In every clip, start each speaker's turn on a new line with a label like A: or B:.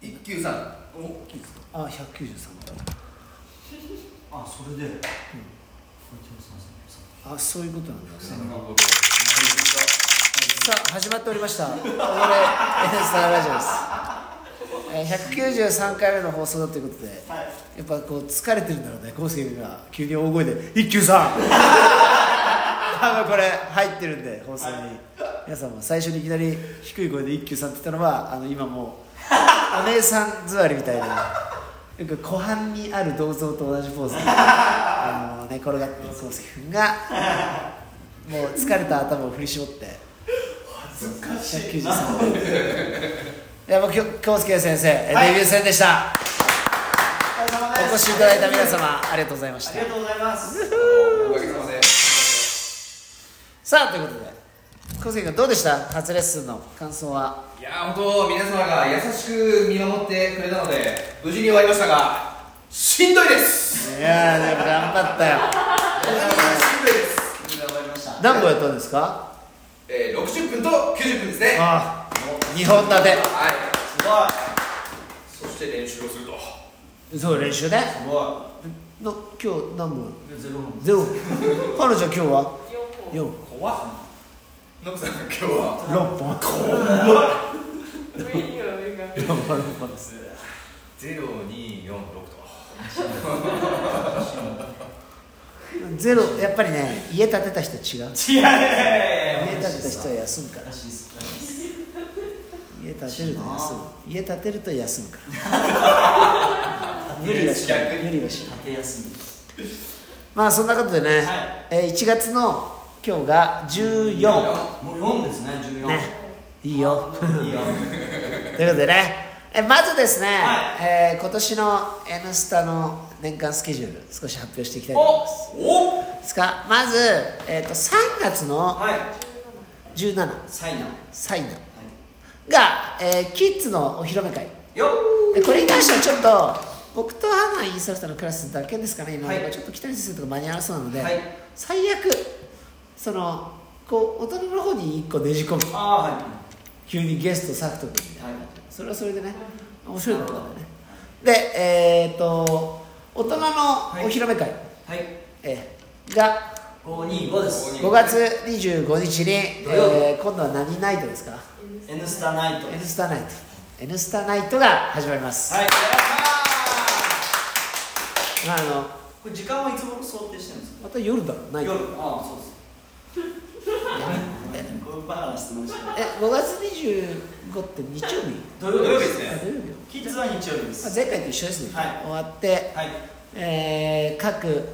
A: 一級さん
B: お
C: あ百九十三
B: あそれで、これ調査す
C: あそういうことなんだ
A: なる
C: ね
A: ほど
C: さあ始まっておりましたこれエンスターラジオですえー193回目の放送だということで
B: るはい
C: やっぱこう疲れてるんだろうね昴生が急に大声で「一休さん! 」 多分これ入ってるんで放送に、皆さんも最初にいきなり低い声で「一休さん」って言ったのはあの今もうお姉さん座りみたいななんか湖畔にある銅像と同じ ポーズあの、ね、転がってる昴生君がもう疲れた頭を振り絞って
B: 恥ずかしいな
C: 193いやもうきょ昴生先生、えデビュー戦でした、
B: お疲れ様です
C: お越しいただいた皆様ありがとうございまし
B: あ
C: た
B: りがとうございます
A: おかげさまで
C: さあということで昴生君どうでした初レッスンの感想はい
A: やー本当皆様が優しく見守ってくれたので無事に終わりましたがしんどいです
C: いやーでも頑張ったよ
A: しんどいですみんな終わりました
C: 何個やったんですか
A: えー、60分と90分ですねは
C: あ2本立て
A: い
B: すごい
A: そして練習をすると
C: そう練習ね
B: すご
C: の今日何本
B: いゼロ本
C: ゼロ彼女は今日は4
A: 怖っノブさん今日は
C: 6本
D: 上
C: 6本6本です
A: 0246と
C: ゼロやっぱりね家建てた人違う
B: 違うね
C: 家建てた人は休むから
B: らしいっすらしいっす
C: 家建てると休む家建てると休むから 無理はしない無理はしない
B: 縦休み
C: まあそんなことでね、
B: は
C: えー1月の今日が14
A: 4
B: もう四ですね十四
C: ねいいよ
B: いいよ
C: ということでねえーまずですね、
B: は
C: えー今年の「N スタ」の年間スケジュール少し発表していきたいと思い
B: お
C: ます
B: お
C: ですがまず、えー、と3月の
B: はい
C: 17
B: サイナは
C: サイナが、えーキッズのお披露目会
B: いよ
C: でこれに関してはちょっと僕とハナインストラクターのクラスだけですかね今、
B: はい
C: ちょっと北西先生とか間に合わなそうなので、
B: はい
C: 最悪そのこう大人の方に1個ねじ込む
B: ーあ
C: 急にゲストサクト君み
B: ー
C: た
B: はいい
C: な、
B: はい
C: それはそれでね面白いことだよねでえっ、と大人のお披露目会、
B: はい
C: えーが
B: 五二五です
C: 5月25日に、
B: 土曜日
C: えー今度は何ナイトですか
B: 「N スタナイト」
C: N スタナイト N スタナイトが始まります、
B: はいやった
C: まあ、あの
B: ーこれ時間はいつ頃想定してるんですか
C: また夜だろナイ
B: 夜
C: ト
B: ああそうですこういうバカな質問してる
C: え5月25って日曜日
B: 土
A: 土曜
B: 曜日です
A: 日ですね
C: あ土曜日よ
B: キッズは日曜日で
C: まあ
B: す
C: 前回と一緒ですね、
B: はい
C: 終わって、
B: はい
C: えー各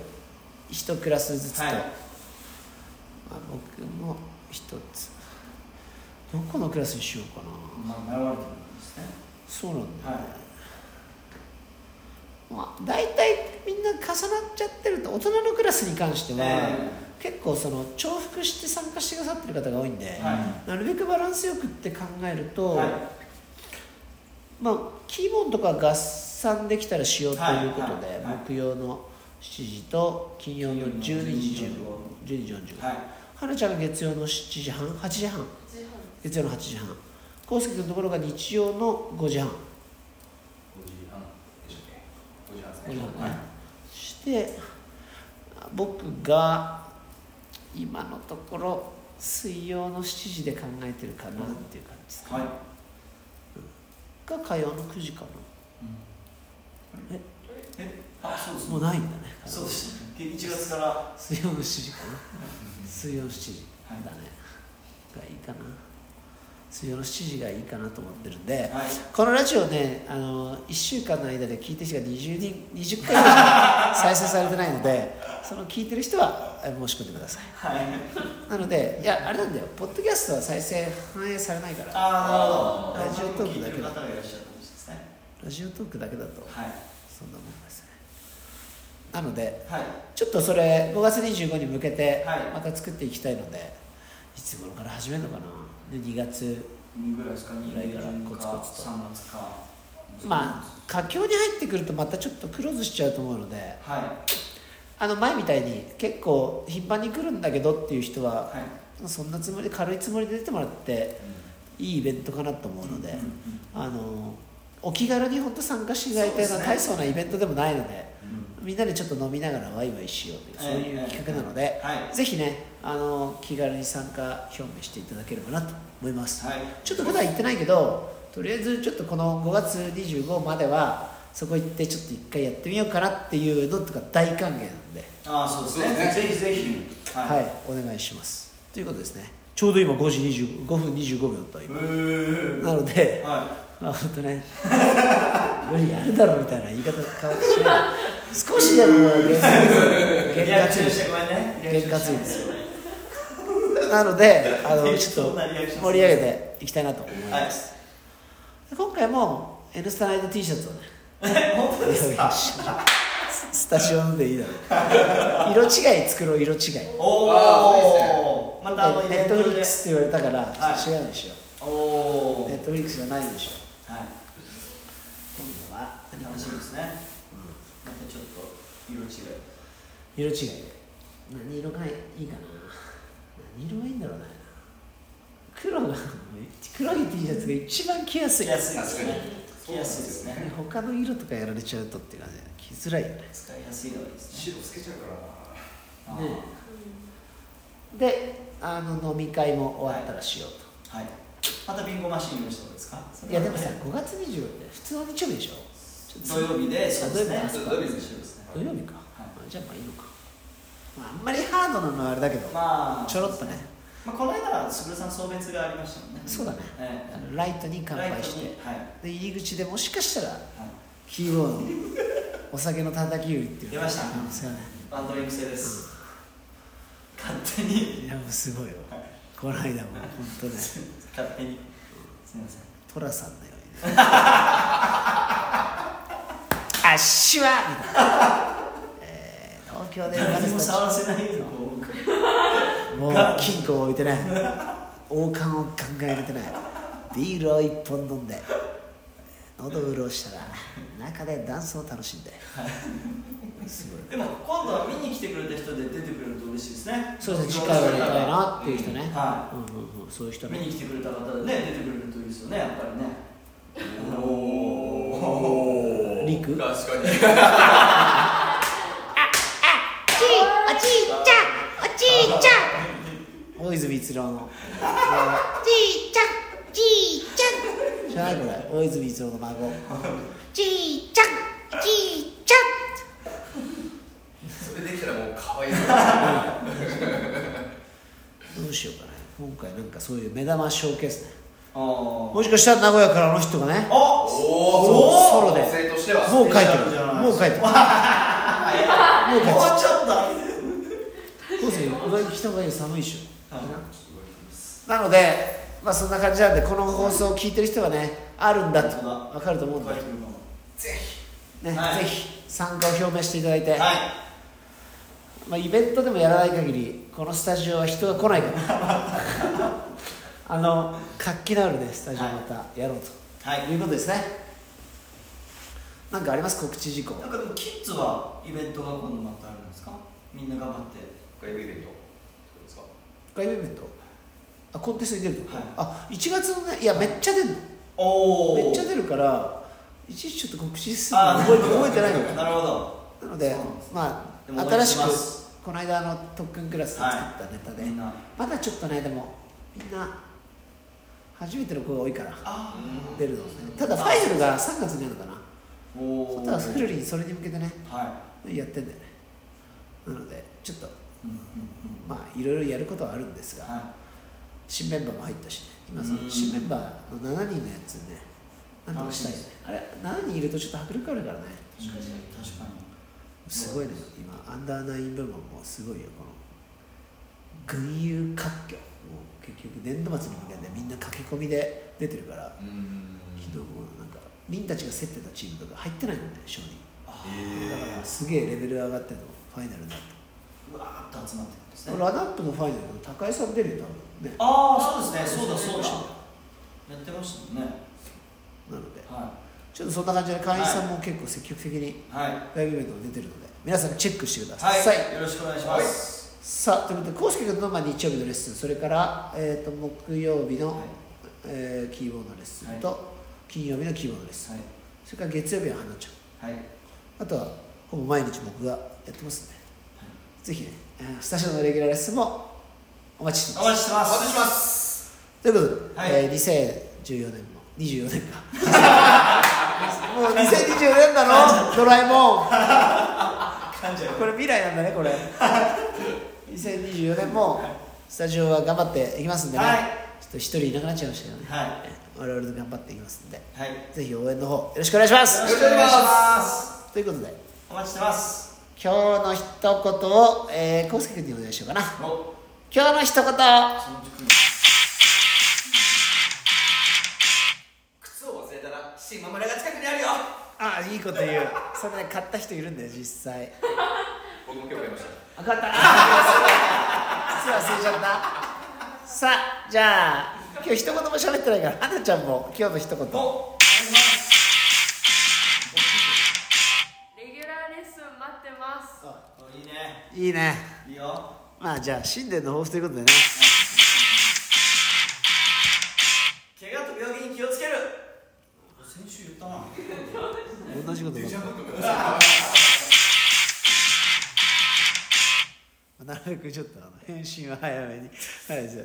C: 一クラスずつと、
B: はい
C: まあ、僕も一つどこのクラスにしようかな
B: まあ習われてるんですね
C: そうなんだ、
B: は
C: まあ、大体みんな重なっちゃってると大人のクラスに関しては、
B: え
C: 結構その重複して参加してくださってる方が多いんで、
B: は
C: なるべくバランスよくって考えると、
B: はい
C: まあ、キーボードとか合算できたらしようということで、
B: はいはいはい
C: 木曜の7時と金曜の12時15 12時45
B: はい
C: はなちゃんが月曜の7時半8時半月曜の8時半浩介君のところが日曜の5時半
A: 5時半でしたっけ5時半です
C: 5
A: ね
C: 時半ね、そしてあ僕が今のところ水曜の7時で考えてるかなっていう感じですか、
B: はい
C: が火曜の9時か
B: あそうです
C: なもうないんだね
B: そうですね1月からは
C: 水曜の7時かな水曜の7時
B: はい
C: だね、がいいかな水曜の7時がいいかなと思ってるん
B: い
C: で
B: はい
C: このラジオねあの1週間の間で聞いてる人が20人20回ぐらい再生されてないのでその聞いてる人はえ申し込んでくださいなのでいやあれなんだよポッドキャストは再生反映されないから
B: ああなる
C: ラ
B: ほど
C: ジオトークだけ
B: 聞いてる
C: だ
B: 方がいらっしゃるんですね
C: ラジオトークだけだと
B: はい
C: そんなもんですねなので
B: はい
C: ちょっとそれ5月25に向けて
B: はい
C: また作っていきたいので、い、つ頃から始めるのかなで2月
B: 2ぐらいですか2
C: ぐらいから
B: 中
C: コツコツと
B: 3月か
C: まあ佳境に入ってくるとまたちょっとクローズしちゃうと思うので
B: はい
C: あの前みたいに結構頻繁に来るんだけどっていう人は
B: はい
C: そんなつもり軽いつもりで出てもらっていいイベントかなと思うので、
B: うんうんうん
C: あのお気軽に本当参加していただいたよう
A: そう
C: な
A: ですね
C: 大層なイベントでもないので、みんなでちょっと飲みながらワイワイしようという、
A: はい
C: そういう企画なので、
A: はい
C: ぜひねあの気軽に参加表明していただければなと思います、
A: はい
C: ちょっとまだ行ってないけどとりあえずちょっとこの5月25まではそこ行ってちょっと一回やってみようかなっていうのとか大歓迎なんで、
B: ああそうですね
A: そうです
B: ぜひぜひ
C: はい、お願いしますということですねちょうど今5時25分25秒だった今
B: う
C: なので、
B: は
C: まあ本当ね 無理あるだろみたいな言い方変わってしまう少しでも 原
B: い
C: 発
B: リアクションしてごめんね
C: 原活いですよ なのであのちょっ
B: そん
C: と
B: なリアクションする
C: 盛り上げていきたいなと思い
B: は
C: ま
B: い
C: す、今回も「N スタ」ナイト T シャツをね
B: 本当ですか
C: スタジオでいいだろう色違い作ろう色違い
B: おお
A: あ
B: ーまたあのイ
C: ネ
B: ベ
C: ッ
B: ン
C: ト
B: ト
C: フリッ
B: で
C: クスって言われたから、
B: はい
C: 違うんでし
B: お
C: ょ
B: お
C: ネットフリックスじゃないんでしょ
B: はい
C: 今度は
B: 楽しみですねまたちょっと色
C: 色
B: 違い
C: 違い何色がいいかな何色がいいんだろうな黒が黒い T シャツが一番着やすい
B: 着やすいですね
A: 確かに
B: 着やすいですね
C: 他の色とかやられちゃうとっていう感じで着づらいよね
B: 使いやすいのがいいですね
A: 白つけちゃうから
B: あー
C: ねであの飲み会も終わったらしようと、
B: はいまたビンゴマシン用意したんですか
C: い、やでもさ5月24日って普通の日曜日でしょちょっと
B: 土曜日でそうですね
C: あ
A: 土曜日
B: で
A: ですす
B: ね
C: 土曜日か、
B: は
C: じゃあまあいいのか、まあ、あんまりハードなのはあれだけど、
B: まあ
C: ちょろっとね
B: まあ、この間、すぐるさん送別がありましたもんね。
C: そうだね
B: え
C: あのライトに
B: え
C: 乾杯して
B: ライトにはい。
C: で入り口でもしかしたら
B: はい
C: キーボードのお酒の叩き売りっていうの
B: 出ました
C: あるんですよね
B: バンドリング制です。勝手に、
C: いやもうすごいよこの間も本当ね
B: 勝手に。すみません。
C: トラさんの ようにねあっしはみたいな、えー東京で生まれ
B: 誰にも触
C: た
B: らせないよ、こう。
C: もう金庫を置いてね王冠を考え入れてねビールを一本飲んで喉を潤したら中でダンスを楽しんで、すごい
B: でも、今度は見に来てくれた人で出てくれると嬉しいですね。
C: そうですね、次回は出たいなっていう人ね、
B: は
C: うんうんうん、そういう人
B: 見
C: ね、
B: に来てくれた方でね、出てくれるといいですよね、やっぱりね。
A: おお
C: リ ク
A: 確かに
C: おちいおちいちゃんおちいちゃん大泉逸郎の
D: じいちゃんじいちゃ
C: 知らないこれ大泉逸郎の孫
D: んじいちゃんじいちゃん
A: それできたらもう可愛い
C: どうしようかね今回なんかそういう目玉ショーケースね
B: あー
C: もしかしたら名古屋からあの人がね
B: お
A: お
C: お
A: ソロ
C: ー
A: で女性としては
C: もう書いてる
B: スペシャルじゃない
C: もう書いてるもう
B: もうちょっ
C: 書いて
B: と
C: るどうせ上着着た方がいいよ寒いでし
B: は
C: ょなのでまあそんな感じなんでこの放送を聞いてる人はねあるんだと分かると思うんで、
A: ぜ
C: ね
B: はい
C: ぜひ参加を表明していただいて、
B: い。はい。
C: まあ、イベントでもやらない限りこのスタジオは人が来ないからあの活気のあるねスタジオまたやろうと、
B: はい
C: いうことですねなんかあります告知事項
B: なんかでもキッズはイベントが今度またあるんですかみんな頑張って
A: ひライブイベントどうですか
C: 外部イベントあコンテストに出ると、
B: はい
C: あ1月のねいやめっちゃ出るの
B: お
C: めっちゃ出るからいちいちちょっと告知するの
B: あ
C: 覚えて覚えてないの
B: なるほど
C: なので
B: そうなんです
C: ま
B: でも
C: あ
B: 応
C: 新
B: 援
C: し
B: し
C: く
B: ます
C: この間あの特訓クラスで作ったネタで、
B: みんな
C: まだちょっとねでもみんな初めての子が多いから
B: あ
C: 出るのねただファイナルが3月になるのかな
B: ーお
C: 本
B: ー
C: 当はフルリンそれに向けてね
B: は
C: やってんだよねなのでちょっと
B: い、うんうんうん
C: まあいろいろやることはあるんですが、
B: は
C: 新メンバーも入ったしね今そうの
B: ん
C: 新メンバーの7人のやつねなんとかしたいねあれ7人いるとちょっと迫力あるからね
B: い、確かに確かに
C: すごいね今アンダーナイン部門もすごいよこの群雄割拠もう結局年度末に向けてみんな駆け込みで出てるから
A: うーん
C: ひどいもうなんか凛たちが競ってたチームとか入ってないもんね勝利
B: あ
A: え
C: だからすげえレベル上がってのファイナルになっ
B: ーうわーっと集まってくるんです
C: た、
B: ね
C: ラナップのファイナルの高井さん出るよ多分ね
B: ああそうですねそうだそうだやってましたもんね
C: なので
B: は
C: ちょっとそんな感じで会員さんも結構積極的に
B: いはい、
C: ライブイベントも出てるので皆さんチェックしてください、
B: はい、よろしくお願いします、
C: さあということで康介君のまあ日曜日のレッスンそれから、えー、と木曜日の、
B: はい
C: えーキーボードのレッスンと、金曜日のキーワードです、
A: はい
C: それから月曜日は花ちゃん
A: はい
C: あとはほぼ毎日僕がやってますんで、ぜひねあースタジオのレギュラーレッスンもお待ちして
B: お
C: ます
B: 待ちしてま
A: お待ち
B: す
A: します
C: ということで、
B: はい
C: えー2014年も24年 かもう2024年だろドラえもん
B: 感じ
C: これ未来なんだねこれ2024年もスタジオは頑張っていきますんでね、
B: はい
C: ちょっと一人いなくなっちゃいましたけどね、
B: はい
C: え我々で頑張っていきますんで
B: はいよ
C: ぜひ応援の方よろしくお願いしま
B: ろ
C: す
B: しくお願いします
C: ということで
B: お待ちしてます
C: 今日の一言を、えー、康介君にお願いしようかな
B: お
C: 今日の一言
B: その時
A: 靴を忘れたら新馬村が近くにあるよ
C: ああいいこと言うそれね買った人いるんだよ実際
A: 僕も今日買いました
C: 分かったあー靴忘れちゃったさあじゃあ今日一言も喋ってないから花ちゃんも今日の一言
B: おお願いします
E: レギュラーレッスン待ってます。
B: おいいね
C: いいね
B: いいよ
C: まあじゃあ新年の抱負ということでね
B: 怪我と病気に気をつける先週言ったな
C: 同じことばっか りなるべくちょっとあの返信は早めにはいじゃあ